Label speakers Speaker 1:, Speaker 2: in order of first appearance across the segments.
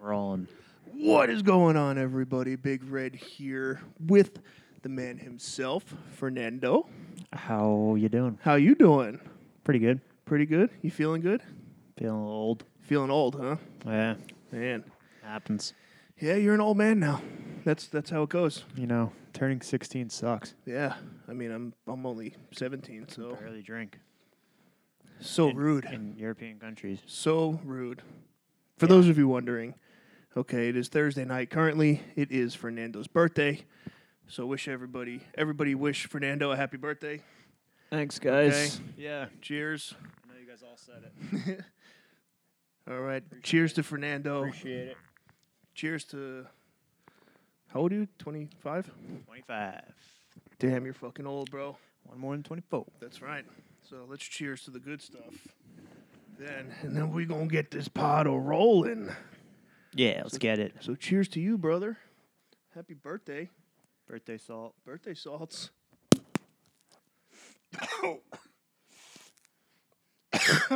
Speaker 1: We're all in.
Speaker 2: What is going on, everybody? Big Red here with the man himself, Fernando.
Speaker 1: How you doing?
Speaker 2: How you doing?
Speaker 1: Pretty good.
Speaker 2: Pretty good. You feeling good?
Speaker 1: Feeling old.
Speaker 2: Feeling old, huh?
Speaker 1: Yeah,
Speaker 2: Man,
Speaker 1: happens.
Speaker 2: yeah, you're an old man now. That's that's how it goes.
Speaker 1: You know, turning 16 sucks.
Speaker 2: Yeah, I mean, I'm I'm only 17, so
Speaker 1: Barely drink
Speaker 2: so
Speaker 1: in-
Speaker 2: rude,
Speaker 1: in European countries.
Speaker 2: so rude. For those of you wondering, okay, it is Thursday night currently. It is Fernando's birthday, so wish everybody everybody wish Fernando a happy birthday.
Speaker 1: Thanks,
Speaker 2: guys.
Speaker 1: Yeah,
Speaker 2: Cheers.
Speaker 1: I know you guys all said it.
Speaker 2: All right. Cheers to Fernando.
Speaker 1: Appreciate it.
Speaker 2: Cheers to. How old are you? 25?
Speaker 1: 25.
Speaker 2: Damn, you're fucking old, bro.
Speaker 1: One more than 24.
Speaker 2: That's right. So let's cheers to the good stuff. Then, and then we gonna get this pot a rolling.
Speaker 1: Yeah, let's
Speaker 2: So-
Speaker 1: get it.
Speaker 2: So cheers to you, brother. Happy birthday.
Speaker 1: Birthday salt.
Speaker 2: Birthday salts.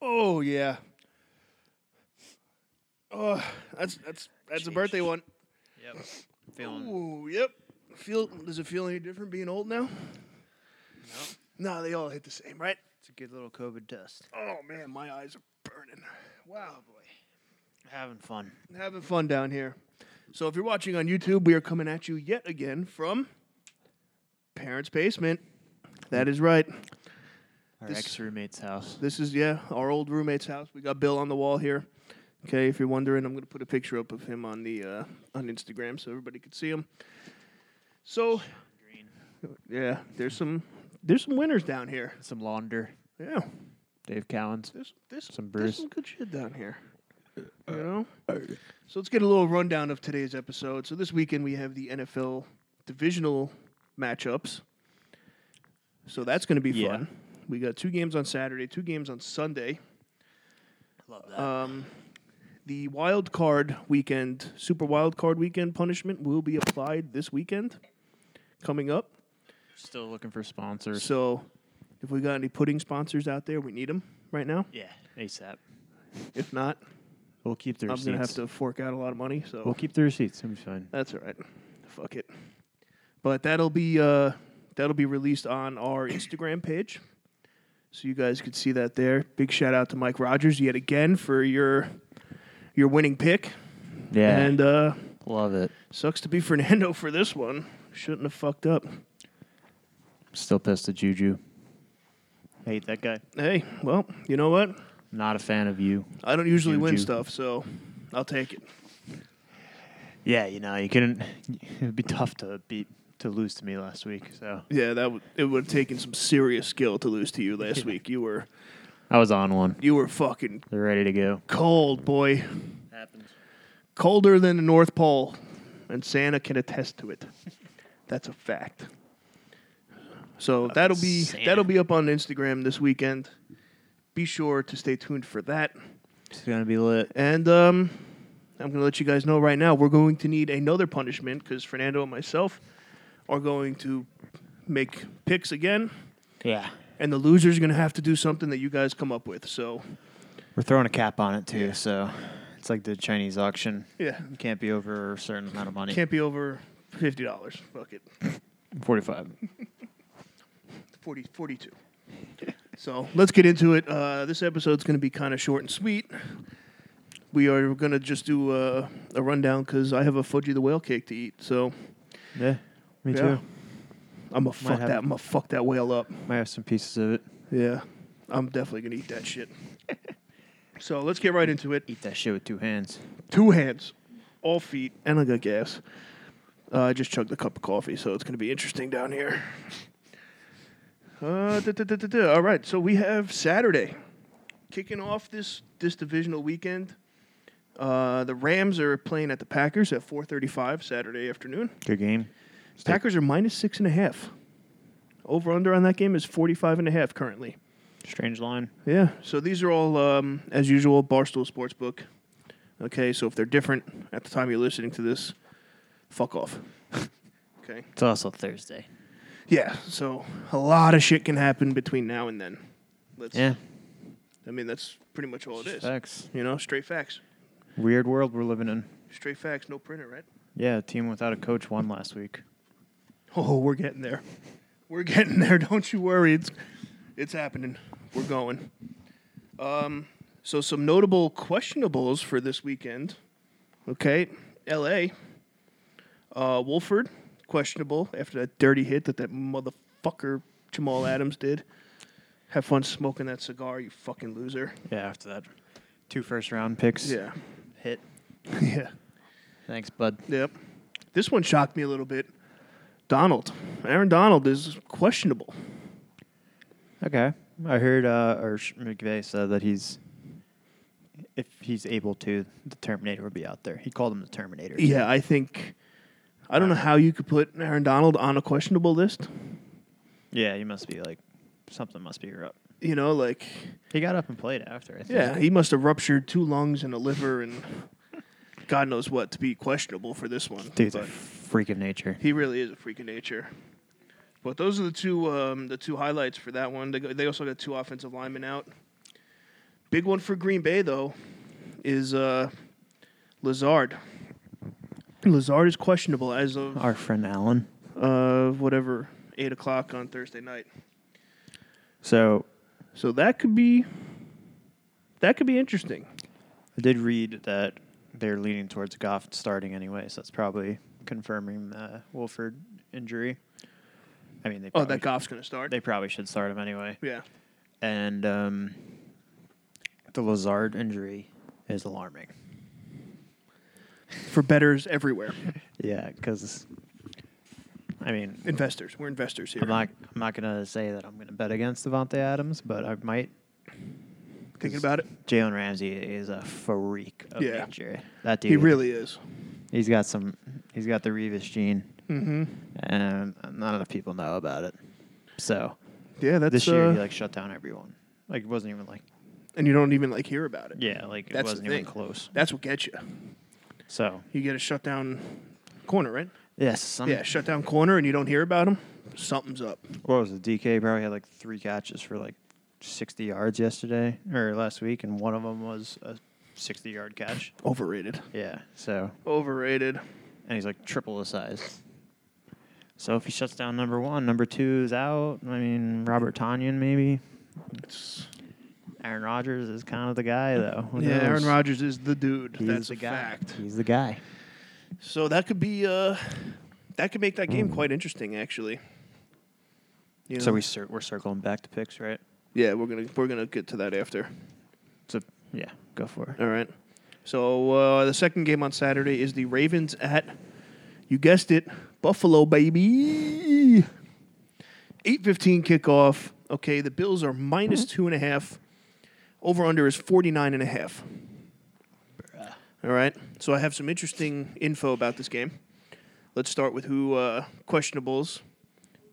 Speaker 2: oh yeah. Oh, that's that's that's a
Speaker 1: Jeez.
Speaker 2: birthday one.
Speaker 1: Yep.
Speaker 2: Ooh, yep. Feel does it feel any different being old now? No, they all hit the same, right?
Speaker 1: It's a good little COVID test.
Speaker 2: Oh man, my eyes are burning. Wow, boy.
Speaker 1: Having fun.
Speaker 2: Having fun down here. So if you're watching on YouTube, we are coming at you yet again from Parents' Basement. That is right.
Speaker 1: Our
Speaker 2: This-
Speaker 1: ex roommate's house.
Speaker 2: This is yeah, our old roommate's house. We got Bill on the wall here. Okay, if you're wondering, I'm gonna put a picture up of him on the uh, on Instagram so everybody could see him. So
Speaker 1: Green.
Speaker 2: yeah, there's some there's some winners down here.
Speaker 1: Some launder.
Speaker 2: Yeah,
Speaker 1: Dave Cowens.
Speaker 2: there's there's
Speaker 1: Some
Speaker 2: there's
Speaker 1: Bruce.
Speaker 2: some good shit down here. You know. So let's get a little rundown of today's episode. So this weekend we have the NFL divisional matchups. So that's going to be
Speaker 1: Yeah.
Speaker 2: fun. We got two games on Saturday, two games on Sunday.
Speaker 1: Love that.
Speaker 2: Um, the wild card weekend, super wild card weekend punishment will be applied this weekend coming up.
Speaker 1: Still looking for sponsors.
Speaker 2: So if we got any pudding sponsors out there, we need them right now.
Speaker 1: yeah, ASAP.
Speaker 2: If not,
Speaker 1: We'll keep the
Speaker 2: I'm
Speaker 1: receipts.
Speaker 2: going to have to fork out a lot of money. So
Speaker 1: We'll keep the receipts. It'll be fine.
Speaker 2: That's all right. Fuck it. But that'll be uh, that'll be released on our Instagram page, so you guys could see that there. Big shout out to Mike Rogers yet again for your your winning pick.
Speaker 1: Yeah,
Speaker 2: And uh,
Speaker 1: love it.
Speaker 2: sucks to be Fernando for this one. Shouldn't have fucked up.
Speaker 1: Still pissed at Juju. Hate that guy.
Speaker 2: Hey, well, you know what?
Speaker 1: Not a fan of you.
Speaker 2: I don't usually win
Speaker 1: Juju.
Speaker 2: stuff, so I'll take it.
Speaker 1: Yeah, you know you couldn't. It'd be tough to beat to lose to me last week. So
Speaker 2: Yeah, that would it would have taken some serious skill to lose to you last week. You were
Speaker 1: I was on one.
Speaker 2: you were fucking
Speaker 1: They're ready to go.
Speaker 2: cold, boy.
Speaker 1: Happens.
Speaker 2: colder than the North Pole, and Santa can attest to it. That's a fact. So that'll be
Speaker 1: Santa.
Speaker 2: that'll be up on Instagram this weekend. Be sure to stay tuned for that.
Speaker 1: It's gonna be lit.
Speaker 2: And um, I'm gonna let you guys know right now we're going to need another punishment because Fernando and myself are going to make picks again,
Speaker 1: Yeah,
Speaker 2: and the losers are gonna have to do something that you guys come up with. So
Speaker 1: we're throwing a cap on it too. So it's like the Chinese auction.
Speaker 2: yeah,
Speaker 1: You can't be over a certain amount of money.
Speaker 2: can't be over fifty dollars. Fuck it.
Speaker 1: Forty-five.
Speaker 2: 40, 42. so let's get into it. Uh, this episode's going to be kind of short and sweet. We are going to just do uh, a rundown because I have a Fudgy the Whale cake to eat. So
Speaker 1: Yeah, me
Speaker 2: Yeah.
Speaker 1: too.
Speaker 2: I'm gonna fuck
Speaker 1: have-
Speaker 2: that. I'm gonna fuck that whale up.
Speaker 1: Might have some pieces of it.
Speaker 2: Yeah, I'm definitely gonna eat that shit. so let's get right into it.
Speaker 1: Eat that shit with two hands.
Speaker 2: Two hands, all feet, and I got gas. Uh, I just chugged a cup of coffee, so it's gonna be interesting down here. Uh, duh, duh, duh, duh, duh. All right, so we have Saturday kicking off this this divisional weekend. Uh, the Rams are playing at the Packers at 4:35 Saturday afternoon.
Speaker 1: Good game. Stay-
Speaker 2: Packers are minus six and a half. Over under on that game is 45 and a half currently.
Speaker 1: Strange line.
Speaker 2: Yeah. So these are all, um, as usual, Barstool Sportsbook. Okay. So if they're different at the time you're listening to this, fuck off. okay.
Speaker 1: It's also Thursday.
Speaker 2: Yeah. So a lot of shit can happen between now and then. Let's,
Speaker 1: Yeah.
Speaker 2: I mean, that's pretty much all it is.
Speaker 1: Facts.
Speaker 2: You know, straight facts.
Speaker 1: Weird world we're living in.
Speaker 2: Straight facts, no printer, right?
Speaker 1: Yeah, a team without a coach won last week.
Speaker 2: Oh, we're getting there. We're getting there. Don't you worry. It's it's happening. We're going. Um, so some notable questionables for this weekend. Okay, L.A. Uh, Wolford questionable after that dirty hit that that motherfucker Jamal Adams did. Have fun smoking that cigar, you fucking loser.
Speaker 1: Yeah, after that, two first round picks.
Speaker 2: Yeah.
Speaker 1: hit.
Speaker 2: Yeah.
Speaker 1: Thanks, bud.
Speaker 2: Yep. This one shocked me a little bit. Donald, Aaron Donald is questionable.
Speaker 1: Okay, I heard uh, or Sh- McVay said that he's if he's able to, the Terminator would be out there. He called him the Terminator.
Speaker 2: Yeah, I think I don't know how you could put Aaron Donald on a questionable list.
Speaker 1: yeah. He must be like something must be up.
Speaker 2: You know, like
Speaker 1: He got up and played after. I think.
Speaker 2: yeah, he must have ruptured two lungs and a liver and God knows what to be questionable for this one.
Speaker 1: dude's a
Speaker 2: but
Speaker 1: freak of nature.
Speaker 2: he really is a freak of nature. But those are the two um, the two highlights for that one. They, go- they also got two offensive linemen out. Big one for Green Bay though is uh, Lazard. Lazard is questionable as of
Speaker 1: Our friend Alan.
Speaker 2: uh, whatever eight o'clock on Thursday night.
Speaker 1: So
Speaker 2: So that could be that could be interesting.
Speaker 1: I did read that they're leaning towards Goff starting anyway, so that's probably confirming the Wolford injury. I mean, they
Speaker 2: Oh,
Speaker 1: probably,
Speaker 2: that Goff's going to start.
Speaker 1: they probably should start him anyway.
Speaker 2: yeah,
Speaker 1: And um, the Lazard injury is alarming.
Speaker 2: for betters everywhere,
Speaker 1: Yeah, because I mean,
Speaker 2: investors. We're investors here.
Speaker 1: I'm not I'm not gonna say that I'm gonna bet against Devontae Adams, but I might.
Speaker 2: thinking about it.
Speaker 1: Jalen Ramsey is a freak of
Speaker 2: Yeah.
Speaker 1: nature. That dude,
Speaker 2: He really is.
Speaker 1: he's got some, he's got the Revis gene.
Speaker 2: Mm-hmm.
Speaker 1: and not enough people know about it. So
Speaker 2: Yeah, that's
Speaker 1: this year
Speaker 2: uh,
Speaker 1: he like shut down everyone. Like it wasn't even like
Speaker 2: and you don't even like hear about it.
Speaker 1: yeah, like it
Speaker 2: That's the
Speaker 1: wasn't even
Speaker 2: thing.
Speaker 1: close.
Speaker 2: That's what gets you.
Speaker 1: So
Speaker 2: You get a shutdown corner, right?
Speaker 1: yes, some,
Speaker 2: yeah, shutdown corner, and you don't hear about him. Something's up.
Speaker 1: What was it? DK probably had like three catches for like sixty yards yesterday or last week, and one of them was a sixty-yard catch.
Speaker 2: Overrated.
Speaker 1: Yeah. So
Speaker 2: Overrated.
Speaker 1: and he's like triple the size. So if he shuts down number one, number two is out. I mean, Robert Tanyan maybe.
Speaker 2: It's,
Speaker 1: Aaron Rodgers is kind of the guy though. Who
Speaker 2: yeah, Aaron
Speaker 1: knows?
Speaker 2: Rodgers is the dude.
Speaker 1: He's
Speaker 2: that's
Speaker 1: the
Speaker 2: a
Speaker 1: guy.
Speaker 2: fact.
Speaker 1: He's the guy.
Speaker 2: So that could be uh that could make that game quite interesting actually. You
Speaker 1: So
Speaker 2: know?
Speaker 1: we cir- we're circling back to picks, right?
Speaker 2: Yeah, we're going to we're going to get to that after.
Speaker 1: So yeah, go for it.
Speaker 2: All right. So uh, the second game on Saturday is the Ravens at you guessed it, Buffalo baby. 8:15 kickoff. Okay, the Bills are minus two and a half. Over under is 49 and a half. All right. So I have some interesting info about this game. Let's start with who uh, questionables.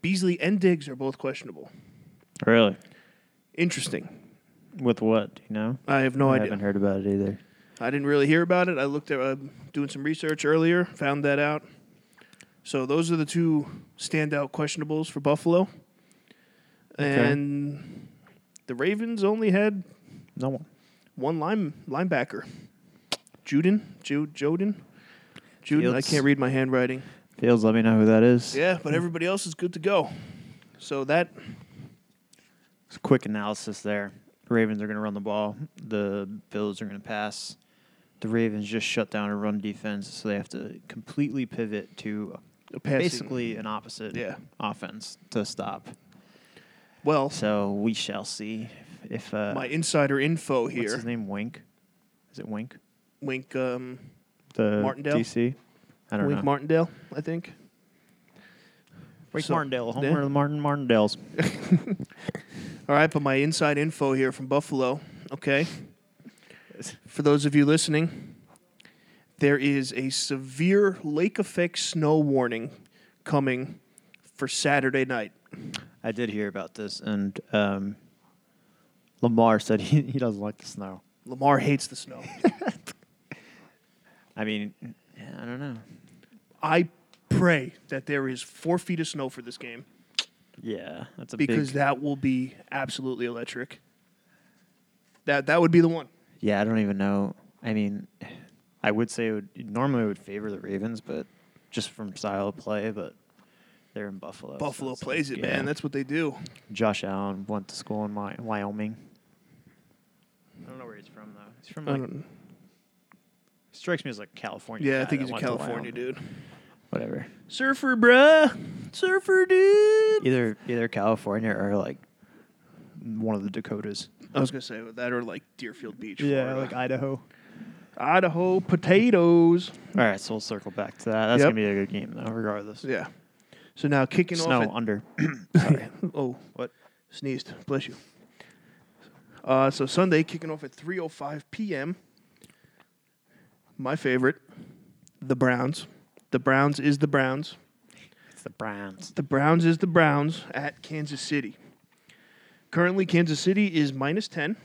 Speaker 2: Beasley and Diggs are both questionable.
Speaker 1: Really?
Speaker 2: Interesting.
Speaker 1: With what? Do you know?
Speaker 2: I have no
Speaker 1: I
Speaker 2: idea.
Speaker 1: haven't heard about it either.
Speaker 2: I didn't really hear about it. I looked at uh, doing some research earlier, found that out. So those are the two standout questionables for Buffalo.
Speaker 1: Okay.
Speaker 2: And the Ravens only had
Speaker 1: No one.
Speaker 2: one line linebacker, Juden, Jude, Joden, Juden. I
Speaker 1: Fields.
Speaker 2: can't read my handwriting.
Speaker 1: Fields, let me know who that is.
Speaker 2: Yeah, but everybody else is good to go. So that
Speaker 1: It's a quick analysis there. The Ravens are going to run the ball. The Bills are going to pass. The Ravens just shut down a run defense, so they have to completely pivot to
Speaker 2: a passing.
Speaker 1: basically an opposite
Speaker 2: Yeah.
Speaker 1: offense to stop.
Speaker 2: well,
Speaker 1: So we shall see if uh,
Speaker 2: my insider info
Speaker 1: what's
Speaker 2: here,
Speaker 1: his name Wink, is it Wink?
Speaker 2: Wink um,
Speaker 1: The
Speaker 2: Martindale?
Speaker 1: DC. I don't
Speaker 2: Wink
Speaker 1: know.
Speaker 2: Martindale, I think.
Speaker 1: Wink
Speaker 2: So-
Speaker 1: Martindale, home
Speaker 2: Yeah.
Speaker 1: of the Martin Martindales.
Speaker 2: All right, but my inside info here from Buffalo, okay? For those of you listening, there is a severe lake effect snow warning coming for Saturday night.
Speaker 1: I did hear about this, and um, Lamar said he, he doesn't like the snow.
Speaker 2: Lamar hates the snow.
Speaker 1: I mean, yeah, I don't know.
Speaker 2: I pray that there is four feet of snow for this game
Speaker 1: Yeah, that's a
Speaker 2: because
Speaker 1: big.
Speaker 2: that will be absolutely electric. That that would be the one.
Speaker 1: yeah, I don't even know. I mean, I would say it would normally I would favor the Ravens, but just from style of play, but they're in Buffalo. so
Speaker 2: Buffalo
Speaker 1: it's
Speaker 2: plays
Speaker 1: like,
Speaker 2: it,
Speaker 1: yeah.
Speaker 2: man. That's what they do.
Speaker 1: Josh Allen went to school in Wy- Wyoming. I don't know where he's from though. He's from
Speaker 2: I
Speaker 1: like
Speaker 2: don't,
Speaker 1: strikes me as like California.
Speaker 2: yeah, I
Speaker 1: guy
Speaker 2: think
Speaker 1: that
Speaker 2: he's a
Speaker 1: went to
Speaker 2: California
Speaker 1: Wyoming.
Speaker 2: dude.
Speaker 1: Whatever.
Speaker 2: Surfer, bruh. Surfer, dude.
Speaker 1: Either either California or like one of the Dakotas.
Speaker 2: I was gonna say that or like Deerfield Beach. Florida.
Speaker 1: Idaho.
Speaker 2: Idaho potatoes.
Speaker 1: All right, so we'll circle back to that. That's
Speaker 2: Yep.
Speaker 1: gonna be a good game though, regardless.
Speaker 2: Yeah. So now kicking
Speaker 1: Snow
Speaker 2: off.
Speaker 1: under.
Speaker 2: At, oh,
Speaker 1: What?
Speaker 2: Sneezed. Bless you. Uh, so Sunday kicking off at 3:05 p.m. My favorite, the Browns. The Browns is the Browns.
Speaker 1: It's the Browns.
Speaker 2: The Browns is the Browns at Kansas City. Currently, Kansas City is minus 10,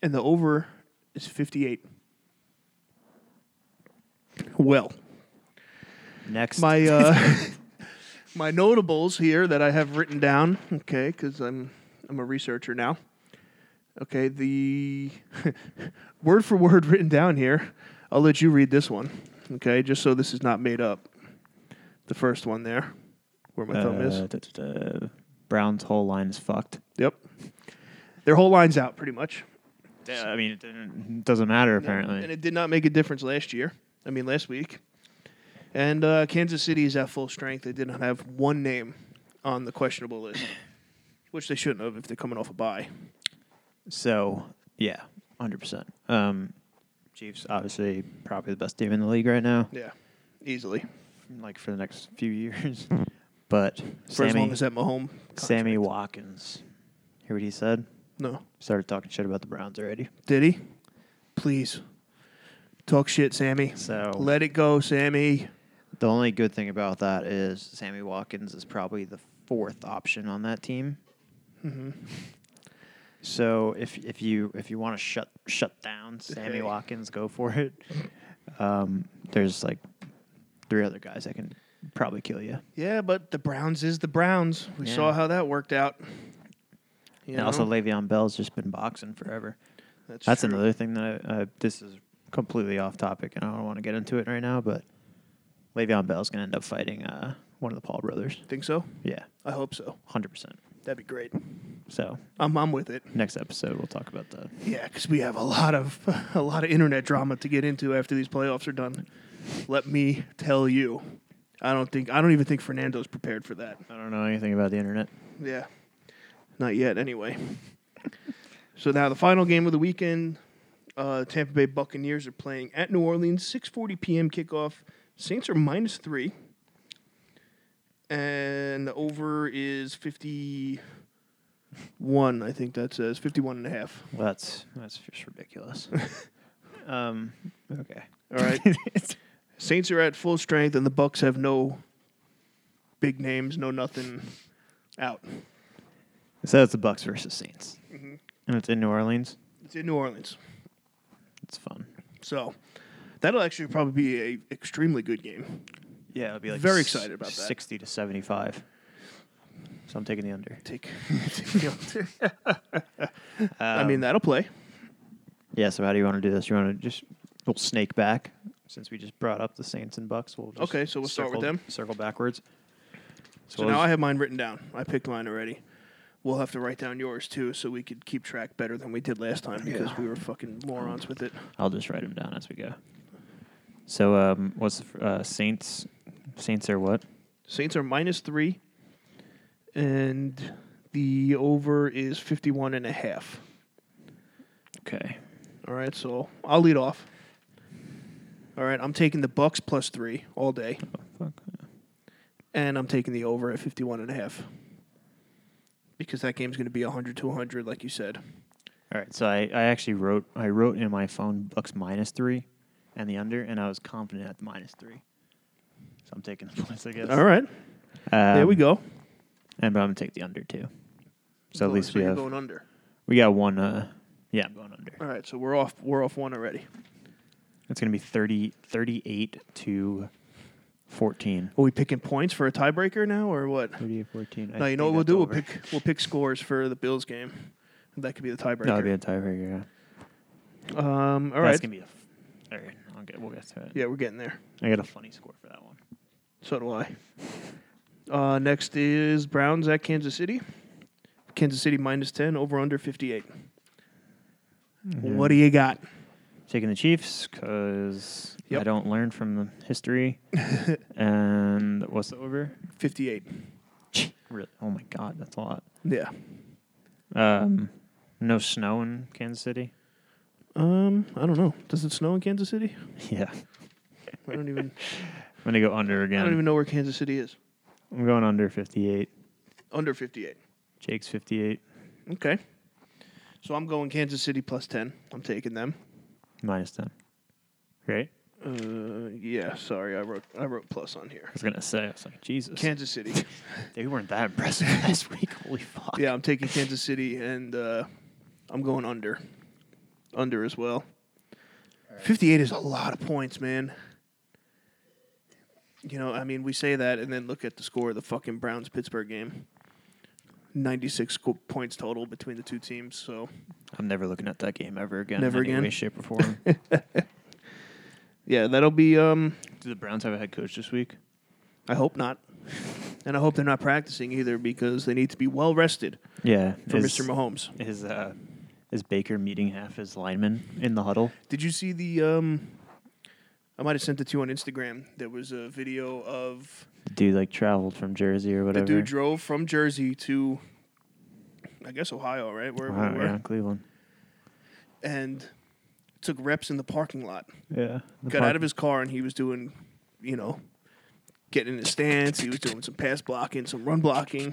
Speaker 2: and the over is 58. Well,
Speaker 1: Next,
Speaker 2: my uh, my notables here that I have written down. Okay, because I'm I'm a researcher now. Okay, the word for word written down here. I'll let you read this one. Okay, just so this is not made up. The first one there, where my thumb is.
Speaker 1: Uh, da- da- da. Browns whole line is fucked.
Speaker 2: Yep. Their whole line's out pretty much.
Speaker 1: Yeah, I mean, it didn't, doesn't matter apparently.
Speaker 2: And it did not make a difference last year. I mean, last week. And uh, Kansas City is at full strength. They did not have one name on the questionable list, which they shouldn't have if they're coming off a bye.
Speaker 1: so yeah, hundred percent. Um, Chiefs obviously probably the best team in the league right now,
Speaker 2: Yeah, easily.
Speaker 1: like for the next few years. But
Speaker 2: For as long
Speaker 1: Sammy,
Speaker 2: as that Mahomes. contract.
Speaker 1: Sammy Watkins, hear what he said?
Speaker 2: No.
Speaker 1: Started talking shit about the Browns already.
Speaker 2: Did he? Please. Talk shit, Sammy.
Speaker 1: So
Speaker 2: Let it go, Sammy.
Speaker 1: The only good thing about that is Sammy Watkins is probably the fourth option on that team.
Speaker 2: Mm-hmm.
Speaker 1: So if if you if you want to shut shut down Sammy Watkins, go for it. Um, there's like three other guys that can probably kill you.
Speaker 2: Yeah, but the Browns is the Browns. We
Speaker 1: Yeah.
Speaker 2: saw how that worked out. You
Speaker 1: and also
Speaker 2: know?
Speaker 1: Le'Veon Bell's just been boxing forever.
Speaker 2: that's,
Speaker 1: That's
Speaker 2: true.
Speaker 1: another thing that I, uh, this is completely off topic, and I don't want to get into it right now. But Le'Veon Bell's gonna end up fighting uh, one of the Paul brothers.
Speaker 2: Think so?
Speaker 1: Yeah,
Speaker 2: I hope so.
Speaker 1: hundred percent.
Speaker 2: That'd be great.
Speaker 1: So
Speaker 2: I'm, I'm with it.
Speaker 1: next episode we'll talk about that.
Speaker 2: Yeah, because we have a lot of a lot of internet drama to get into after these playoffs are done. Let me tell you, I don't think I don't even think Fernando's prepared for that.
Speaker 1: I don't know anything about the internet.
Speaker 2: Yeah, not yet. Anyway, so now the final game of the weekend, uh, Tampa Bay Buccaneers are playing at New Orleans, 6:40 p.m. kickoff. Saints are minus three, and the over is 51. I think that says 51 and a half.
Speaker 1: Well, that's that's just ridiculous. um, okay.
Speaker 2: All right. Saints are at full strength, and the Bucks have no big names, no nothing out.
Speaker 1: so it's the Bucks versus Saints,
Speaker 2: Mhm.
Speaker 1: and it's in New Orleans.
Speaker 2: It's in New Orleans,
Speaker 1: It's fun.
Speaker 2: so that'll actually probably be a extremely good game.
Speaker 1: Yeah, it'll be
Speaker 2: like Very s- excited about that.
Speaker 1: Sixty to seventy-five. So I'm taking the under.
Speaker 2: Take, I mean that'll play.
Speaker 1: yeah. So how do you want to do this? You want to just we'll snake back since we just brought up the Saints and Bucks. We'll just
Speaker 2: Okay, so we'll start with
Speaker 1: circle-
Speaker 2: them.
Speaker 1: Circle backwards.
Speaker 2: So now I have mine written down. I picked mine already. We'll have to write down yours too, so we could keep track better than we did last time because we were fucking morons with it.
Speaker 1: I'll just write them down as we go. So um, what's the, fir- uh, Saints? Saints are what?
Speaker 2: Saints are minus three, and the over is 51 and a half.
Speaker 1: Okay.
Speaker 2: All right, so I'll lead off. All right, I'm taking the Bucks plus three all day,
Speaker 1: Oh, fuck.
Speaker 2: and I'm taking the over at 51 and a half because that game's going to be 100 to 100, like you said.
Speaker 1: All right, so I, I actually wrote I wrote in my phone Bucks minus three, and the under, and I was confident at the minus three. So I'm taking the points, I guess.
Speaker 2: All right, there we
Speaker 1: Um,
Speaker 2: go.
Speaker 1: And but I'm gonna take the under too. So at
Speaker 2: Going-
Speaker 1: least we
Speaker 2: you're
Speaker 1: have
Speaker 2: going under.
Speaker 1: we got one. Uh, yeah, I'm going under.
Speaker 2: All right, so we're off. We're off one already.
Speaker 1: It's gonna be 30, 38 to fourteen.
Speaker 2: Are we picking points for a tiebreaker now, or what?
Speaker 1: 38 14.
Speaker 2: No, you know what we'll do. We'll pick. We'll pick scores for the Bills game. That could be the tiebreaker.
Speaker 1: That'll be a tiebreaker. Yeah.
Speaker 2: Um, all
Speaker 1: That's
Speaker 2: right.
Speaker 1: gonna be a All right, I'll get, we'll get to it.
Speaker 2: Yeah, we're getting there.
Speaker 1: I got a funny score for that one.
Speaker 2: So do I. Uh, next is Browns at Kansas City. Kansas City minus 10, over under 58.
Speaker 1: Mm-hmm.
Speaker 2: What do you got?
Speaker 1: Taking the Chiefs because I
Speaker 2: Yep.
Speaker 1: don't learn from the history. and what's the over?
Speaker 2: 58.
Speaker 1: Really? Oh my God, that's a lot.
Speaker 2: Yeah.
Speaker 1: Um, no snow in Kansas City.
Speaker 2: Um, I don't know. Does it snow in Kansas City?
Speaker 1: Yeah,
Speaker 2: I don't even
Speaker 1: I'm gonna go under
Speaker 2: I
Speaker 1: again.
Speaker 2: don't even know where Kansas City is.
Speaker 1: I'm going under 58.
Speaker 2: Under 58.
Speaker 1: Jake's 58
Speaker 2: Okay. So I'm going Kansas City plus 10. I'm taking them.
Speaker 1: minus 10. Right?
Speaker 2: Uh, yeah, sorry. I wrote I wrote plus on here.
Speaker 1: I was gonna say, I was like, Jesus,
Speaker 2: Kansas City.
Speaker 1: they weren't that impressive last week. Holy fuck.
Speaker 2: Yeah, I'm taking Kansas City, and uh, I'm going under. Under as well. 58 is a lot of points, man. You know, I mean, we say that and then look at the score of the fucking Browns Pittsburgh game 96 sco- points total between the two teams. So,
Speaker 1: I'm never looking at that game ever again.
Speaker 2: Never
Speaker 1: in any
Speaker 2: again?
Speaker 1: Way, shape, or form.
Speaker 2: yeah, that'll be, um,
Speaker 1: Do the Browns have a head coach this week?
Speaker 2: I hope not. And I hope they're not practicing either because they need to be well rested
Speaker 1: Yeah.
Speaker 2: for
Speaker 1: is,
Speaker 2: Mr. Mahomes.
Speaker 1: Is uh, is Baker meeting half his linemen in the huddle?
Speaker 2: Did you see the, um, I might have sent it to you on Instagram. There was a video of
Speaker 1: The dude like traveled from Jersey or whatever.
Speaker 2: The dude drove from Jersey to, I guess Ohio, right? Wherever
Speaker 1: Wow,
Speaker 2: we were,
Speaker 1: yeah, Cleveland.
Speaker 2: and took reps in the parking lot.
Speaker 1: Yeah.
Speaker 2: Got out of his car and he was doing, you know, getting in his stance. He was doing some pass blocking, some run blocking.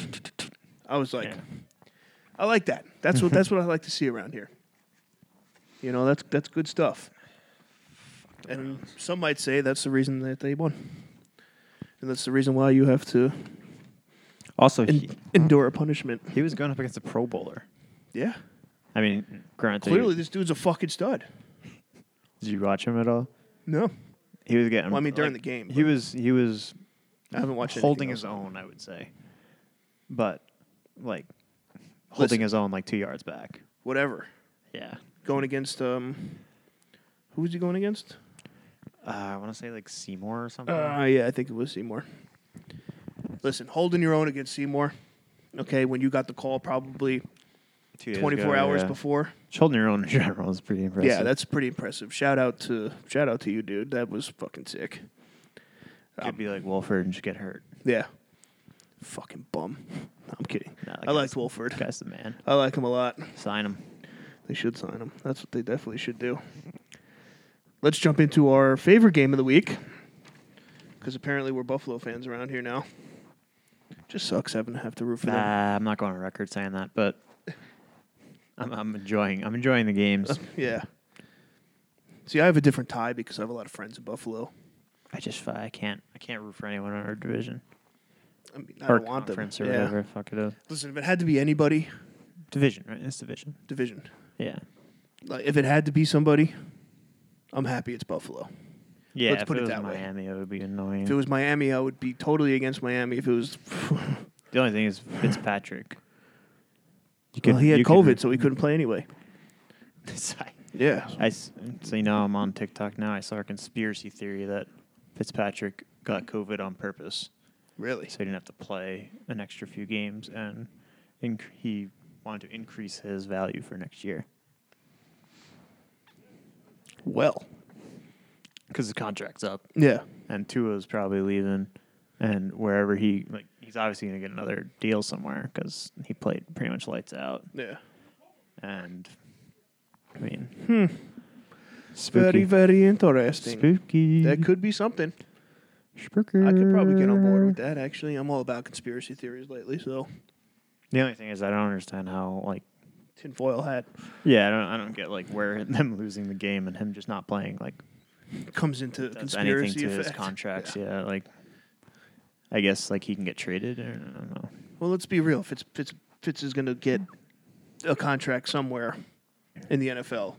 Speaker 2: I was like,
Speaker 1: Yeah.
Speaker 2: I like that. That's what that's what I like to see around here. You know, that's that's good stuff. And some might say that's the reason that they won. And that's the reason why you have to
Speaker 1: Also, he,
Speaker 2: en- endure a punishment.
Speaker 1: he was going up against a Pro Bowler.
Speaker 2: Yeah.
Speaker 1: I mean, granted,
Speaker 2: Clearly, this dude's a fucking stud.
Speaker 1: did you watch him at all?
Speaker 2: No,
Speaker 1: He was getting.
Speaker 2: well, I mean during
Speaker 1: like,
Speaker 2: the game,
Speaker 1: he
Speaker 2: but
Speaker 1: was he was
Speaker 2: I haven't watched anything
Speaker 1: holding
Speaker 2: else.
Speaker 1: his own, I would say, but like holding
Speaker 2: Listen.
Speaker 1: his own like two yards back.
Speaker 2: Whatever,
Speaker 1: Yeah,
Speaker 2: going against um, who was he going against?
Speaker 1: uh, I want to say like Seymour or something.
Speaker 2: Uh, yeah, I think it was Seymour. Listen, holding your own against Seymour. Okay, when you got the call, probably
Speaker 1: Two days
Speaker 2: 24
Speaker 1: ago,
Speaker 2: hours
Speaker 1: yeah.
Speaker 2: before.
Speaker 1: Just holding your own in general is pretty impressive.
Speaker 2: Yeah, that's pretty impressive. Shout out to shout out to you, dude. That was fucking sick.
Speaker 1: could be like Wolford and just get hurt.
Speaker 2: Yeah, fucking bum. I'm kidding.
Speaker 1: Nah, that
Speaker 2: I
Speaker 1: guy's-
Speaker 2: liked Wolford.
Speaker 1: Guy's the man.
Speaker 2: I like him a lot.
Speaker 1: Sign him.
Speaker 2: They should sign him. That's what they definitely should do. Let's jump into our favorite game of the week because apparently we're Buffalo fans around here now. Just sucks having to have to root for
Speaker 1: Nah,
Speaker 2: them.
Speaker 1: I'm not going on record saying that, but I'm, I'm enjoying. I'm enjoying the games.
Speaker 2: Yeah. See, I have a different tie because I have a lot of friends in Buffalo.
Speaker 1: I just fi- I can't I can't root for anyone in our division
Speaker 2: I mean, I
Speaker 1: or
Speaker 2: don't want them.
Speaker 1: conference or
Speaker 2: Yeah.
Speaker 1: whatever. Fuck it up.
Speaker 2: Listen, if it had to be anybody,
Speaker 1: Division, right? It's division.
Speaker 2: division.
Speaker 1: Yeah.
Speaker 2: Like, if it had to be somebody, I'm happy it's Buffalo.
Speaker 1: Yeah,
Speaker 2: Let's
Speaker 1: if
Speaker 2: put
Speaker 1: it,
Speaker 2: it
Speaker 1: was
Speaker 2: that way.
Speaker 1: Miami, it would be annoying.
Speaker 2: If it was Miami, I would be totally against Miami. If it was,
Speaker 1: the only thing is Fitzpatrick. You
Speaker 2: well, he had
Speaker 1: you
Speaker 2: COVID, so he couldn't play anyway. Yeah.
Speaker 1: I s- so you know I'm on TikTok now. I saw a conspiracy theory that Fitzpatrick got COVID on purpose,
Speaker 2: Really?
Speaker 1: so he didn't have to play an extra few games, and inc- he wanted to increase his value for next year
Speaker 2: Well.
Speaker 1: because the contract's up,
Speaker 2: Yeah.
Speaker 1: and Tua's probably leaving, and wherever he like, he's obviously gonna get another deal somewhere because he played pretty much lights out.
Speaker 2: Yeah.
Speaker 1: And I mean,
Speaker 2: Hmm. Very,
Speaker 1: spooky,
Speaker 2: very interesting.
Speaker 1: spooky.
Speaker 2: That could be something.
Speaker 1: Spooker.
Speaker 2: I could probably get on board with that, actually. I'm all about conspiracy theories lately, so
Speaker 1: The only thing is, I don't understand how like.
Speaker 2: tinfoil hat
Speaker 1: Yeah, I don't. I don't get like where them losing the game and him just not playing like
Speaker 2: comes into
Speaker 1: does anything
Speaker 2: conspiracy
Speaker 1: to his
Speaker 2: effect.
Speaker 1: contracts.
Speaker 2: Yeah.
Speaker 1: Yeah. like. I guess like he can get traded. Or, I don't know.
Speaker 2: Well, let's be real. Fitz, Fitz, Fitz is going to get a contract somewhere in the NFL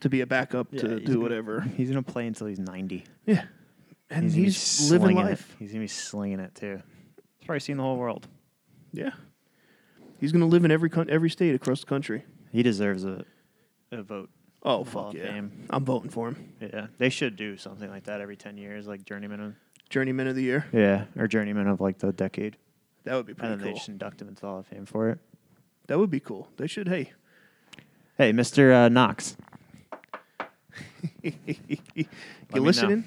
Speaker 2: to be a backup
Speaker 1: Yeah,
Speaker 2: to
Speaker 1: he's
Speaker 2: do
Speaker 1: gonna-
Speaker 2: whatever.
Speaker 1: He's gonna play until he's ninety.
Speaker 2: Yeah. And
Speaker 1: gonna be
Speaker 2: he's, living
Speaker 1: slinging it.
Speaker 2: life.
Speaker 1: He's gonna be slinging it too. He's probably seen the whole world.
Speaker 2: Yeah. He's going to live in every coun- every state across the country.
Speaker 1: He deserves a, a vote.
Speaker 2: Oh
Speaker 1: Hall
Speaker 2: fuck
Speaker 1: of
Speaker 2: yeah!
Speaker 1: Fame.
Speaker 2: I'm voting for him.
Speaker 1: Yeah, they should do something like that every ten years, like journeyman. Of,
Speaker 2: Journeyman of the year.
Speaker 1: yeah, or journeyman of like the decade,
Speaker 2: That would be
Speaker 1: and
Speaker 2: pretty
Speaker 1: then they
Speaker 2: cool.
Speaker 1: just induct him into the Hall of Fame for it.
Speaker 2: That would be cool. They should. Hey,
Speaker 1: Hey, Mister uh, Knox,
Speaker 2: you
Speaker 1: know.
Speaker 2: listening?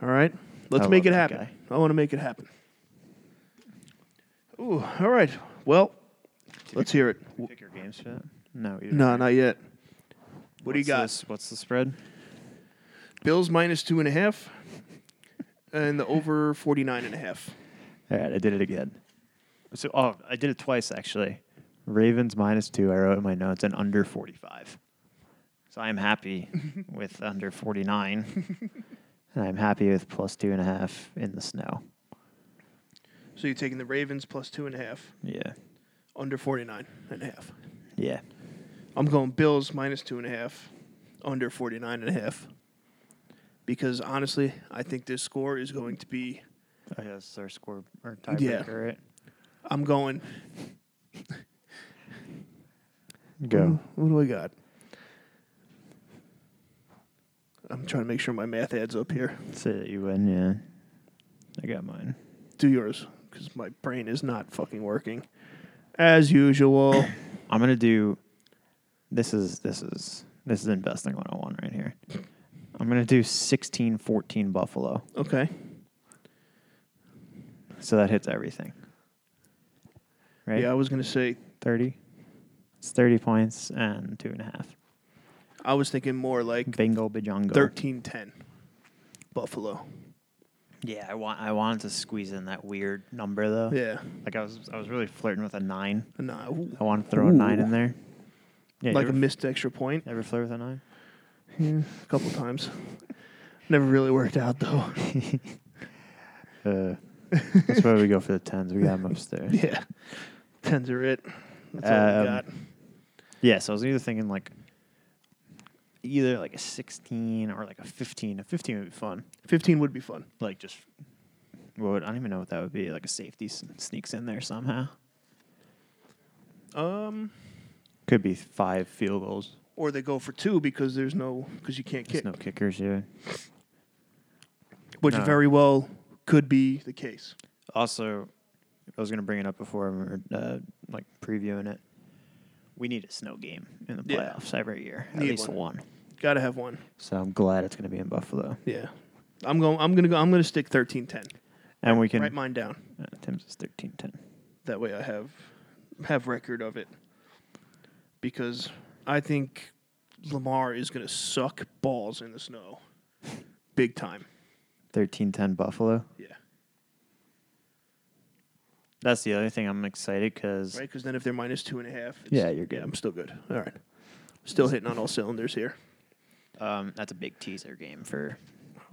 Speaker 2: All right, let's
Speaker 1: I
Speaker 2: make
Speaker 1: love
Speaker 2: it
Speaker 1: that
Speaker 2: happen.
Speaker 1: guy.
Speaker 2: I want to make it happen. Ooh, all right. Well, let's hear it. W-
Speaker 1: pick your games for that. No, you
Speaker 2: No, not yet. What do you got?
Speaker 1: What's the spread?
Speaker 2: Bills minus two and a half, and the over 49 and a half.
Speaker 1: All right, I did it again. So, oh, I did it twice actually. Ravens minus two. I wrote in my notes and under forty-five. So I am happy with under forty-nine, and I'm happy with plus two and a half in the snow.
Speaker 2: So you're taking the Ravens plus two and a half,
Speaker 1: Yeah,
Speaker 2: under 49 and a half.
Speaker 1: yeah.
Speaker 2: I'm going Bills minus two and a half, under 49 and a half. Because honestly, I think this score is going to be.
Speaker 1: I guess our score or
Speaker 2: Yeah.
Speaker 1: tiebreaker, right?
Speaker 2: I'm going.
Speaker 1: Go.
Speaker 2: "Hmm, What do I got? I'm trying to make sure my math adds up here.
Speaker 1: Say that you win. Yeah, I got mine.
Speaker 2: Do yours, because my brain is not fucking working. As usual.
Speaker 1: I'm gonna do. This is this is this is investing 101 right here. I'm gonna do 16-14 Buffalo.
Speaker 2: okay.
Speaker 1: So that hits everything. Right?
Speaker 2: Yeah, I was going to say
Speaker 1: 30. It's 30 points and two and a half.
Speaker 2: I was thinking more like
Speaker 1: Bingo Bajongo.
Speaker 2: thirteen ten, Buffalo.
Speaker 1: Yeah, I want I wanted to squeeze in that weird number though.
Speaker 2: Yeah.
Speaker 1: Like I was I was really flirting with a nine.
Speaker 2: Nah, ooh.
Speaker 1: I wanted to throw a
Speaker 2: Ooh.
Speaker 1: nine in there. Yeah,
Speaker 2: like
Speaker 1: you
Speaker 2: a
Speaker 1: ever,
Speaker 2: missed extra point
Speaker 1: ever flirt with a nine?
Speaker 2: yeah, a couple times. Never really worked out though.
Speaker 1: Uh, that's why we go for the tens. We got them upstairs.
Speaker 2: yeah. Tens are it. That's all
Speaker 1: Um,
Speaker 2: we got.
Speaker 1: Yeah, so I was either thinking like either like a 16 or like a 15. A 15 would be fun.
Speaker 2: Fifteen would be fun.
Speaker 1: Like just what would, I don't even know what that would be. Like a safety s- sneaks in there somehow.
Speaker 2: Um
Speaker 1: Could be five field goals.
Speaker 2: or they go for two because there's no because you can't
Speaker 1: There's no
Speaker 2: kick.
Speaker 1: kickers here.
Speaker 2: which
Speaker 1: no.
Speaker 2: very well could be the case.
Speaker 1: Also, I was going to bring it up before we were uh, like previewing it. We need a snow game in the
Speaker 2: Yeah.
Speaker 1: playoffs every year, at
Speaker 2: Need
Speaker 1: least
Speaker 2: one.
Speaker 1: one.
Speaker 2: Gotta have one.
Speaker 1: So I'm glad it's going to be in Buffalo,
Speaker 2: Yeah. I'm going I'm gonna go I'm gonna stick thirteen ten.
Speaker 1: and we can.
Speaker 2: Write mine down.
Speaker 1: uh, Tim's is thirteen ten.
Speaker 2: That way I have have record of it. Because I think Lamar is going to suck balls in the snow. Big time.
Speaker 1: 13-10 Buffalo.
Speaker 2: Yeah.
Speaker 1: That's the other thing I'm excited because
Speaker 2: Right? Because then if they're minus two and a half, it's,
Speaker 1: Yeah, you're good.
Speaker 2: I'm still good. All right. Still hitting on all cylinders here.
Speaker 1: um, that's a big teaser game for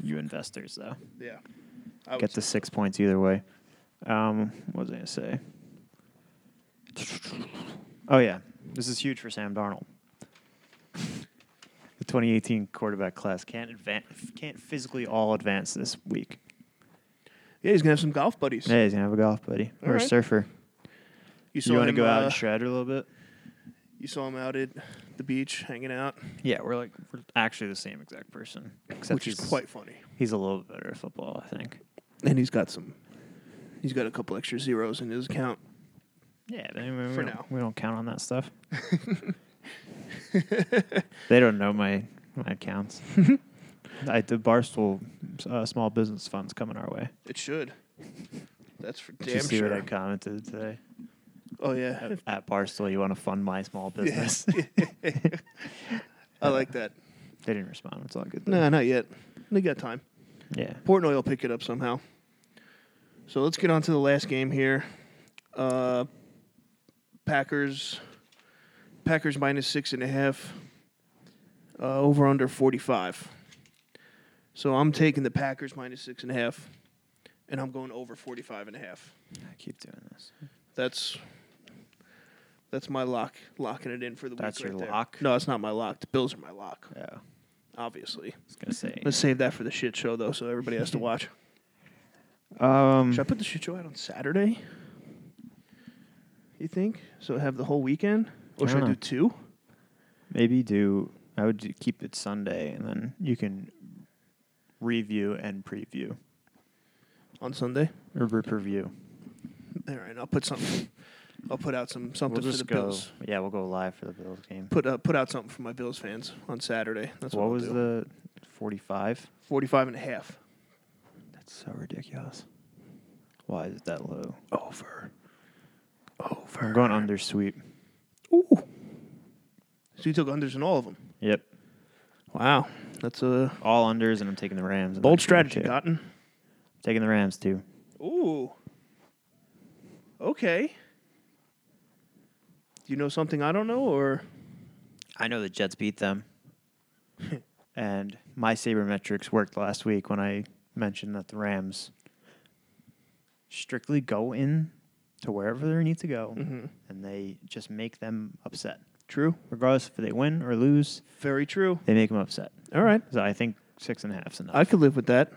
Speaker 1: you investors, though.
Speaker 2: Yeah. I
Speaker 1: Get
Speaker 2: would
Speaker 1: the six points either way. Um, what was I going to say? Oh, yeah. This is huge for Sam Darnold. The 2018 quarterback class can't advance, can't physically all advance this week.
Speaker 2: say- yeah, he's going to have some golf buddies.
Speaker 1: Yeah, he's going to have a golf buddy
Speaker 2: All
Speaker 1: or a
Speaker 2: right.
Speaker 1: surfer.
Speaker 2: You
Speaker 1: You,
Speaker 2: saw,
Speaker 1: want to
Speaker 2: him,
Speaker 1: go out
Speaker 2: uh,
Speaker 1: and shred a little bit?
Speaker 2: you saw him out at the beach hanging out,
Speaker 1: Yeah, we're like we're actually the same exact person, except
Speaker 2: which is
Speaker 1: he's-
Speaker 2: quite funny.
Speaker 1: He's a little better at football, I think.
Speaker 2: And he's got some, he's got a couple extra zeros in his account.
Speaker 1: Yeah, but anyway, we,
Speaker 2: For
Speaker 1: don't,
Speaker 2: now.
Speaker 1: we don't count on that stuff. they don't know my my accounts. I, the Barstool uh, Small Business Fund's coming our way.
Speaker 2: It should. That's for
Speaker 1: Did
Speaker 2: damn
Speaker 1: you see
Speaker 2: sure.
Speaker 1: what I commented today?
Speaker 2: Oh yeah,
Speaker 1: At, at Barstool, you want to fund my small business?
Speaker 2: I like that.
Speaker 1: they didn't respond. It's all good. though.
Speaker 2: No, not yet. We got time.
Speaker 1: Yeah.
Speaker 2: Portnoy will pick it up somehow. So let's get on to the last game here. Uh, Packers, Packers minus six and a half. Uh, over under forty five. So I'm taking the Packers minus six and a half, and I'm going over forty five and a half.
Speaker 1: I keep doing this.
Speaker 2: That's that's my lock, locking it in for the
Speaker 1: That's
Speaker 2: week. right
Speaker 1: your
Speaker 2: there.
Speaker 1: lock?
Speaker 2: No, it's not my lock. The Bills are my lock,
Speaker 1: Yeah. I
Speaker 2: obviously.
Speaker 1: was gonna say.
Speaker 2: Let's save that for the shit show though, so everybody has to watch.
Speaker 1: Um.
Speaker 2: Should I put the shit show out on Saturday? you think? So have the whole weekend, or
Speaker 1: I
Speaker 2: should I
Speaker 1: dunno.
Speaker 2: do two?
Speaker 1: Maybe do I would do- keep it Sunday, and then you can review and preview
Speaker 2: on Sunday.
Speaker 1: or rip review.
Speaker 2: All right, I'll put something. I'll put out some
Speaker 1: We'll
Speaker 2: something for the
Speaker 1: just go.
Speaker 2: Bills.
Speaker 1: Yeah, we'll go live for the Bills game.
Speaker 2: Put uh, put out something for my Bills fans on Saturday. That's what,
Speaker 1: what
Speaker 2: I'll
Speaker 1: was
Speaker 2: do.
Speaker 1: the forty-five?
Speaker 2: 45 and a half
Speaker 1: That's so ridiculous. Why is it that low?
Speaker 2: over. Over.
Speaker 1: I'm going under sweep.
Speaker 2: Ooh. So you took unders in all of them.
Speaker 1: Yep,
Speaker 2: Wow, that's a
Speaker 1: all unders, and I'm taking the Rams. in
Speaker 2: bold
Speaker 1: that game,
Speaker 2: strategy,
Speaker 1: too.
Speaker 2: Cotton.
Speaker 1: Taking the Rams too.
Speaker 2: Ooh. Okay. Do you know something I don't know, or
Speaker 1: I know the Jets beat them. and my sabermetrics worked last week when I mentioned that the Rams strictly go in to wherever they need to go
Speaker 2: Mm-hmm.
Speaker 1: and they just make them upset.
Speaker 2: true?
Speaker 1: Regardless if they win or lose,
Speaker 2: Very true.
Speaker 1: they make them upset.
Speaker 2: All right,
Speaker 1: So I think six and a half's enough.
Speaker 2: I could live with that.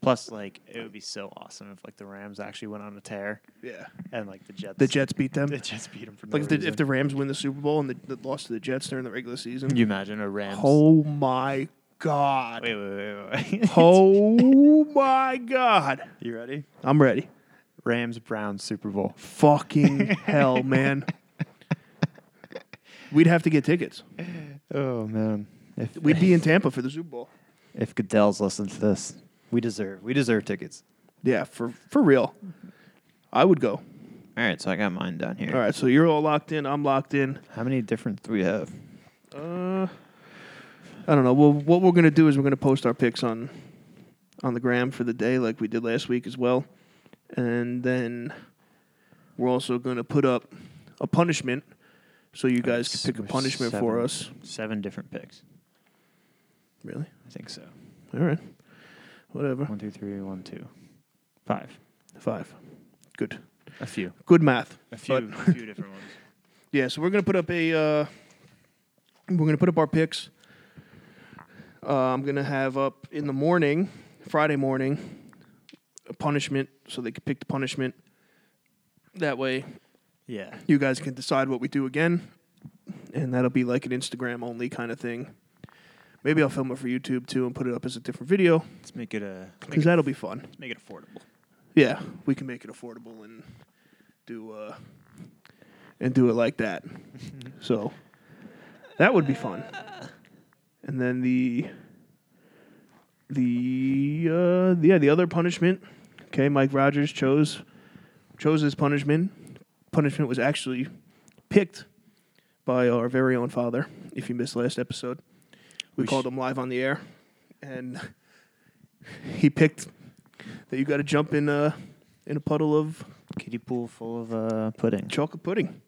Speaker 1: Plus, like, it would be so awesome if, like, the Rams actually went on a tear
Speaker 2: Yeah.
Speaker 1: and, like, the Jets.
Speaker 2: The Jets beat them.
Speaker 1: The Jets beat them for
Speaker 2: Like
Speaker 1: no
Speaker 2: if the,
Speaker 1: reason.
Speaker 2: if the Rams win the Super Bowl and the, the loss to the Jets during the regular season.
Speaker 1: Can you imagine a Rams.
Speaker 2: Oh my god.
Speaker 1: Wait, wait, wait, wait, wait.
Speaker 2: Oh my god.
Speaker 1: you ready?
Speaker 2: I'm ready.
Speaker 1: Rams Browns Super Bowl.
Speaker 2: Fucking hell, man. We'd have to get tickets.
Speaker 1: Oh man. If
Speaker 2: We'd be in Tampa for the Super Bowl.
Speaker 1: if Goodell's listening to this, we deserve we deserve tickets.
Speaker 2: Yeah, for for real. I would go.
Speaker 1: All right, so I got mine down here.
Speaker 2: All right, so you're all locked in. I'm locked in.
Speaker 1: How many different do we have?
Speaker 2: Uh, I don't know. Well, what we're gonna do is we're gonna post our picks on on the gram for the day, like we did last week as well, and then we're also gonna put up a punishment, so you guys
Speaker 1: That's-
Speaker 2: can pick a
Speaker 1: we're
Speaker 2: punishment for
Speaker 1: seven.
Speaker 2: us.
Speaker 1: Seven different picks.
Speaker 2: Really?
Speaker 1: I think so.
Speaker 2: All right. Whatever.
Speaker 1: One, two, three, one, two, five.
Speaker 2: Five. Good.
Speaker 1: A few.
Speaker 2: Good math.
Speaker 1: A
Speaker 2: few-
Speaker 1: a few different ones.
Speaker 2: Yeah, so we're gonna put up a uh, we're gonna put up our picks. Uh, I'm gonna have up in the morning, Friday morning, a punishment so they can pick the punishment. That way,
Speaker 1: Yeah.
Speaker 2: you guys can decide what we do again, and that'll be like an Instagram only kind of thing. Maybe I'll film it for YouTube too and put it up as a different video
Speaker 1: Let's make it a
Speaker 2: because that'll be fun.
Speaker 1: make it affordable.
Speaker 2: Yeah, we can make it affordable and do uh and do it like that. so that would be fun. And then the the uh yeah, the other punishment. Okay, Mike Rogers chose chose his punishment. Punishment was actually picked by our very own father. If you missed last episode, we,
Speaker 1: We sh-
Speaker 2: called him live on the air and he picked that you got to jump in a in a puddle of
Speaker 1: Kiddie pool full of uh, pudding.
Speaker 2: chocolate pudding,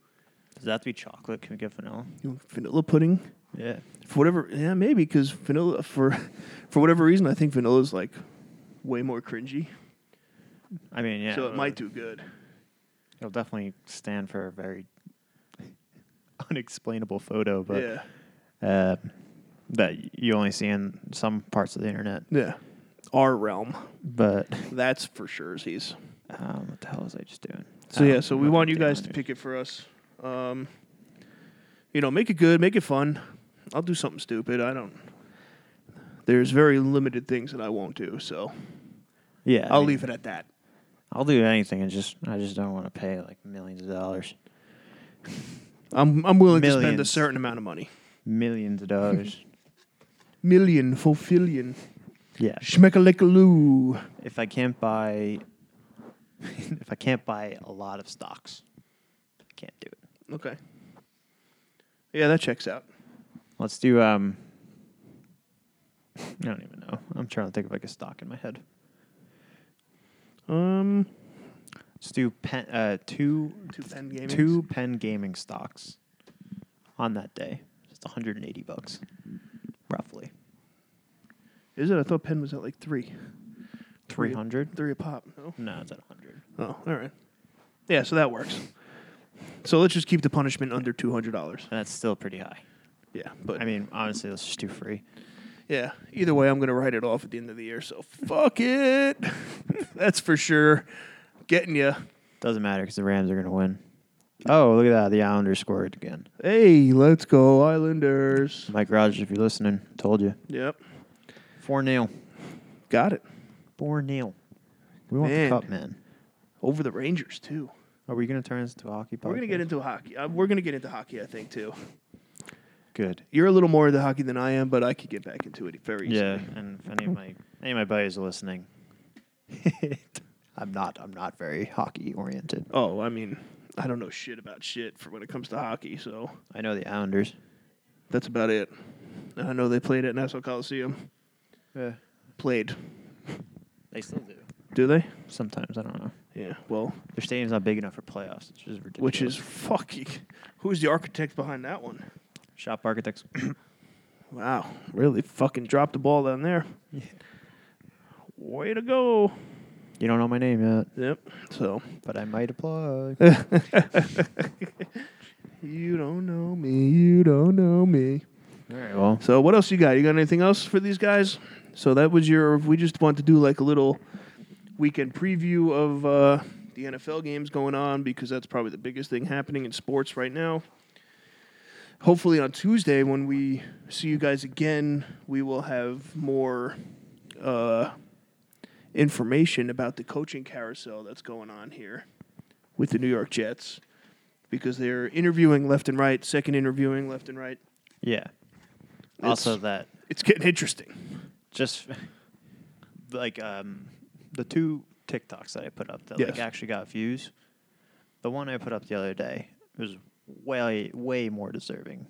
Speaker 1: Does that have to be chocolate? Can we get vanilla?
Speaker 2: You want vanilla pudding.
Speaker 1: Yeah.
Speaker 2: For whatever, yeah, maybe because vanilla for for whatever reason, I think vanilla's like way more cringy,
Speaker 1: I mean, yeah.
Speaker 2: so it might do good.
Speaker 1: It'll definitely stand for a very unexplainable photo, but
Speaker 2: yeah,
Speaker 1: uh, that you only see in some parts of the internet.
Speaker 2: yeah, our realm,
Speaker 1: But
Speaker 2: that's for sure. He's
Speaker 1: um, what the hell was I just doing?
Speaker 2: so
Speaker 1: I
Speaker 2: yeah.
Speaker 1: don't
Speaker 2: So we
Speaker 1: know
Speaker 2: want
Speaker 1: what
Speaker 2: you
Speaker 1: I'm
Speaker 2: guys to
Speaker 1: doing.
Speaker 2: pick it for us. Um, you know, make it good, make it fun. I'll do something stupid. I don't. There's very limited things that I won't do, so
Speaker 1: Yeah, I
Speaker 2: I'll
Speaker 1: mean,
Speaker 2: leave it at that.
Speaker 1: I'll do anything. And just I just don't want to pay like millions of dollars,
Speaker 2: I'm I'm willing to spend a
Speaker 1: Millions.
Speaker 2: certain amount of money.
Speaker 1: millions of dollars.
Speaker 2: Million, fulfillion,
Speaker 1: yeah,
Speaker 2: schmeckalickaloo.
Speaker 1: if I can't buy, if I can't buy a lot of stocks, I can't do it.
Speaker 2: Okay. Yeah, that checks out.
Speaker 1: Let's do. um I don't even know. I'm trying to think of like a stock in my head.
Speaker 2: Um,
Speaker 1: Let's do pen, uh, two
Speaker 2: two pen gaming.
Speaker 1: two Penn Gaming stocks on that day. Just 180 bucks, roughly.
Speaker 2: Is it? I thought pen was at like three.
Speaker 1: 300?
Speaker 2: Three a pop. No.
Speaker 1: No, it's at 100.
Speaker 2: Oh, all right. Yeah, so that works. So let's just keep the punishment under two hundred dollars.
Speaker 1: And that's still pretty high.
Speaker 2: Yeah, but
Speaker 1: I mean, honestly, that's just too free.
Speaker 2: yeah. Either way, I'm gonna write it off at the end of the year. So fuck it. That's for sure. Getting you.
Speaker 1: Doesn't matter because the Rams are going to win. Oh, look at that. The Islanders scored again.
Speaker 2: Hey, let's go, Islanders.
Speaker 1: Mike Rogers, if you're listening, told you.
Speaker 2: Yep.
Speaker 1: 4 0.
Speaker 2: Got it.
Speaker 1: 4 0. We want
Speaker 2: Man.
Speaker 1: the cup, man.
Speaker 2: Over the Rangers, too.
Speaker 1: Are we going to turn this into a hockey podcast?
Speaker 2: We're going to get into hockey. Uh, we're going to get into hockey, I think, too.
Speaker 1: Good.
Speaker 2: You're a little more into hockey than I am, but I could get back into it very easily.
Speaker 1: Yeah. And if any of my any of my buddies are listening, I'm not I'm not very hockey oriented.
Speaker 2: Oh, I mean, I don't know shit about shit for when it comes to hockey, so
Speaker 1: I know the Islanders.
Speaker 2: that's about it. And I know they played at Nassau Coliseum.
Speaker 1: Yeah.
Speaker 2: Played.
Speaker 1: They still do.
Speaker 2: Do they?
Speaker 1: Sometimes I don't know.
Speaker 2: Yeah. Well,
Speaker 1: Their stadium's not big enough for playoffs, which is ridiculous.
Speaker 2: which is fucking. Who's the architect behind that one?
Speaker 1: shop architects.
Speaker 2: Wow. Really fucking dropped the ball down there.
Speaker 1: Yeah.
Speaker 2: Way to go.
Speaker 1: you don't know my name yet,
Speaker 2: Yep. So.
Speaker 1: but I might apply.
Speaker 2: You don't know me. You don't know me.
Speaker 1: All right. Well,
Speaker 2: So what else you got? You got anything else for these guys? So that was your. We just want to do like a little weekend preview of uh, the NFL games going on because that's probably the biggest thing happening in sports right now. Hopefully on Tuesday when we see you guys again, we will have more uh, information about the coaching carousel that's going on here with the New York Jets because they're interviewing left and right, second interviewing left and right.
Speaker 1: yeah. also, that
Speaker 2: It's getting interesting.
Speaker 1: just like um, the two TikToks that I put up that
Speaker 2: Yes.
Speaker 1: like actually got views. The one I put up the other day was way way more deserving.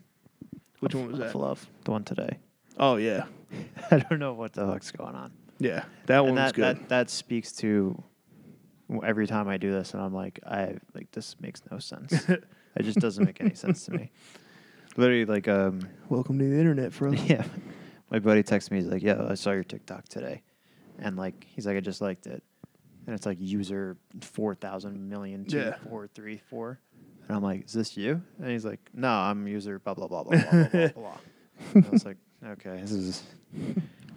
Speaker 2: Which
Speaker 1: of-
Speaker 2: one was
Speaker 1: of
Speaker 2: that?
Speaker 1: Love the one today.
Speaker 2: Oh yeah,
Speaker 1: I don't know what the fuck's going on.
Speaker 2: yeah, that one
Speaker 1: and
Speaker 2: was
Speaker 1: that,
Speaker 2: good.
Speaker 1: that that speaks to every time I do this, and I'm like, I like this makes no sense. it just doesn't make any sense to me. Literally, like, um,
Speaker 2: Welcome to the internet, bro.
Speaker 1: yeah, my buddy texted me. He's like, "Yeah, I saw your TikTok today," and like, he's like, "I just liked it," and it's like user four thousand million two
Speaker 2: Yeah.
Speaker 1: four three four, and I'm like, "Is this you?" And he's like, "No, I'm user blah blah blah blah blah blah." blah. And I was like, "Okay, this is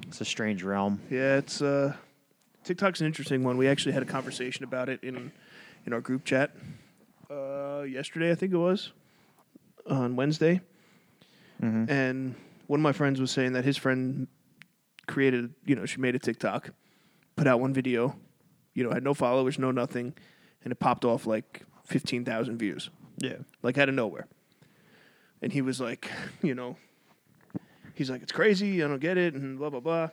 Speaker 1: it's a strange realm."
Speaker 2: yeah, it's uh, TikTok's an interesting one. We actually had a conversation about it in in our group chat uh, yesterday, I think it was on Wednesday,
Speaker 1: Mm-hmm.
Speaker 2: and one of my friends was saying that his friend created, you know, she made a TikTok, put out one video, you know, had no followers, no nothing, and it popped off like fifteen thousand views.
Speaker 1: Yeah.
Speaker 2: like out of nowhere. And he was like, you know, he's like, it's crazy. I don't get it, and blah blah blah.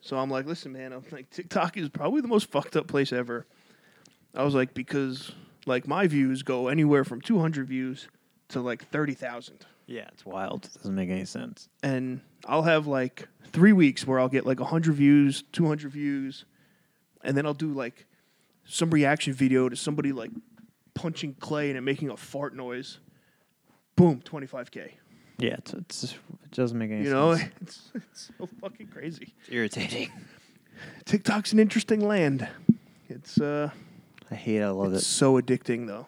Speaker 2: So I'm like, listen, man, I'm like, TikTok is probably the most fucked up place ever. I was like, because like my views go anywhere from 200 views to like 30,000,
Speaker 1: Yeah, it's wild. It doesn't make any sense.
Speaker 2: and I'll have like three weeks where I'll get like 100 views, 200 views, and then I'll do like some reaction video to somebody like punching clay and it making a fart noise. Boom, 25k.
Speaker 1: Yeah, it's, it's just, it doesn't make any
Speaker 2: You know, eh?
Speaker 1: sense.
Speaker 2: it's, it's so fucking crazy.
Speaker 1: It's irritating.
Speaker 2: TikTok's an interesting land. It's uh,
Speaker 1: I hate. it, I love
Speaker 2: it's so addicting though,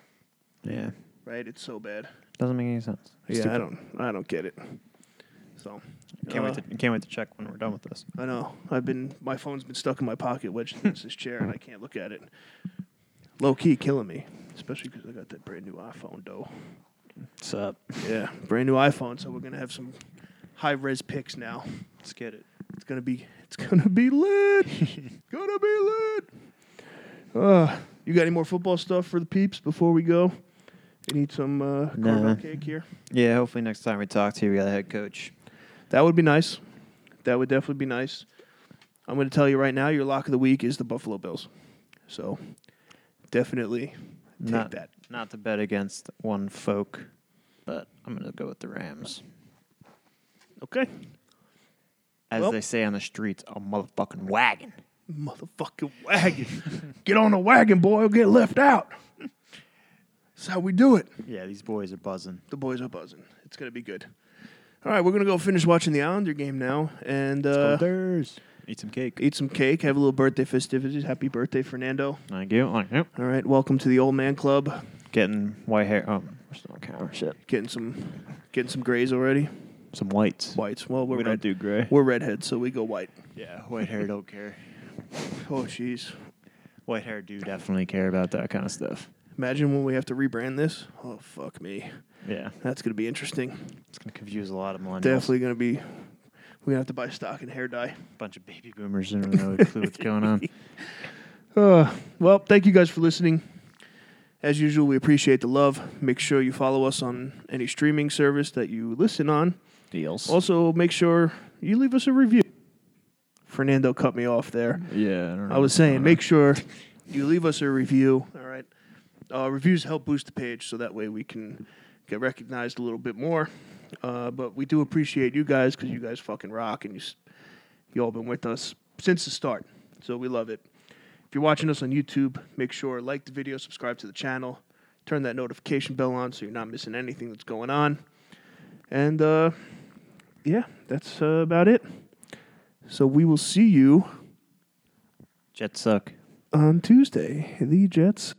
Speaker 1: it. Yeah,
Speaker 2: right? It's so bad.
Speaker 1: doesn't make any sense.
Speaker 2: Yeah, I
Speaker 1: Stupid.
Speaker 2: don't, I don't get it. So
Speaker 1: Can't
Speaker 2: uh,
Speaker 1: wait. To, can't wait to check when we're done with this.
Speaker 2: I know. I've been my phone's been stuck in my pocket, wedged against this chair, and I can't look at it. Low key killing me, especially because I got that brand new iPhone, though.
Speaker 1: What's up?
Speaker 2: Yeah, brand new iPhone. So we're gonna have some high res pics now.
Speaker 1: Let's get it.
Speaker 2: It's gonna be it's gonna be lit. gonna be lit. Uh, you got any more football stuff for the peeps before we go? You need some uh,
Speaker 1: Nah.
Speaker 2: caramel cake here.
Speaker 1: Yeah, hopefully next time we talk to you, we got a head coach.
Speaker 2: That would be nice. That would definitely be nice. I'm going to tell you right now, your lock of the week is the Buffalo Bills. So definitely take
Speaker 1: Not
Speaker 2: that.
Speaker 1: Not to bet against one folk, but I'm gonna go with the Rams.
Speaker 2: Okay.
Speaker 1: As
Speaker 2: Well-
Speaker 1: they say on the streets, a motherfucking wagon.
Speaker 2: Motherfucking wagon. get on the wagon, boy, or get left out. That's how we do it.
Speaker 1: Yeah, these boys are buzzing.
Speaker 2: The boys are buzzing. It's going to be good. All right, we're going to go finish watching the Islander game now and uh,
Speaker 1: Sculptors. Eat some cake.
Speaker 2: eat some cake, have a little birthday festivities. Happy birthday, Fernando.
Speaker 1: Thank you. Thank you.
Speaker 2: All right, welcome to the Old Man Club.
Speaker 1: Getting white hair. Oh, we're still on camera. Shit.
Speaker 2: Getting some getting some grays already.
Speaker 1: Some whites.
Speaker 2: Whites. Well, we're
Speaker 1: we don't
Speaker 2: red.
Speaker 1: do gray.
Speaker 2: We're redheads, so we go white.
Speaker 1: Yeah, white hair don't care.
Speaker 2: Oh, jeez.
Speaker 1: White hair do definitely care about that kind of stuff.
Speaker 2: Imagine when we have to rebrand this. Oh fuck me,
Speaker 1: Yeah,
Speaker 2: that's gonna be interesting.
Speaker 1: it's gonna confuse a lot of millennials.
Speaker 2: Definitely gonna be. We're gonna have to buy stock and hair dye.
Speaker 1: a bunch of baby boomers don't even know a clue what's going on.
Speaker 2: Uh, well, thank you guys for listening. As usual, we appreciate the love. Make sure you follow us on any streaming service that you listen on.
Speaker 1: Deals.
Speaker 2: Also, make sure you leave us a review. Fernando cut me off there.
Speaker 1: yeah, I, don't know
Speaker 2: I was
Speaker 1: what's going
Speaker 2: saying,
Speaker 1: on.
Speaker 2: make sure you leave us a review. All right. Uh, reviews help boost the page so that way we can get recognized a little bit more. Uh, but we do appreciate you guys because you guys fucking rock and you, s- you all been with us since the start. So we love it. If you're watching us on YouTube, make sure like the video, subscribe to the channel, turn that notification bell on so you're not missing anything that's going on. And uh, yeah, that's uh, about it. So we will see you
Speaker 1: Jets suck.
Speaker 2: on Tuesday. The Jets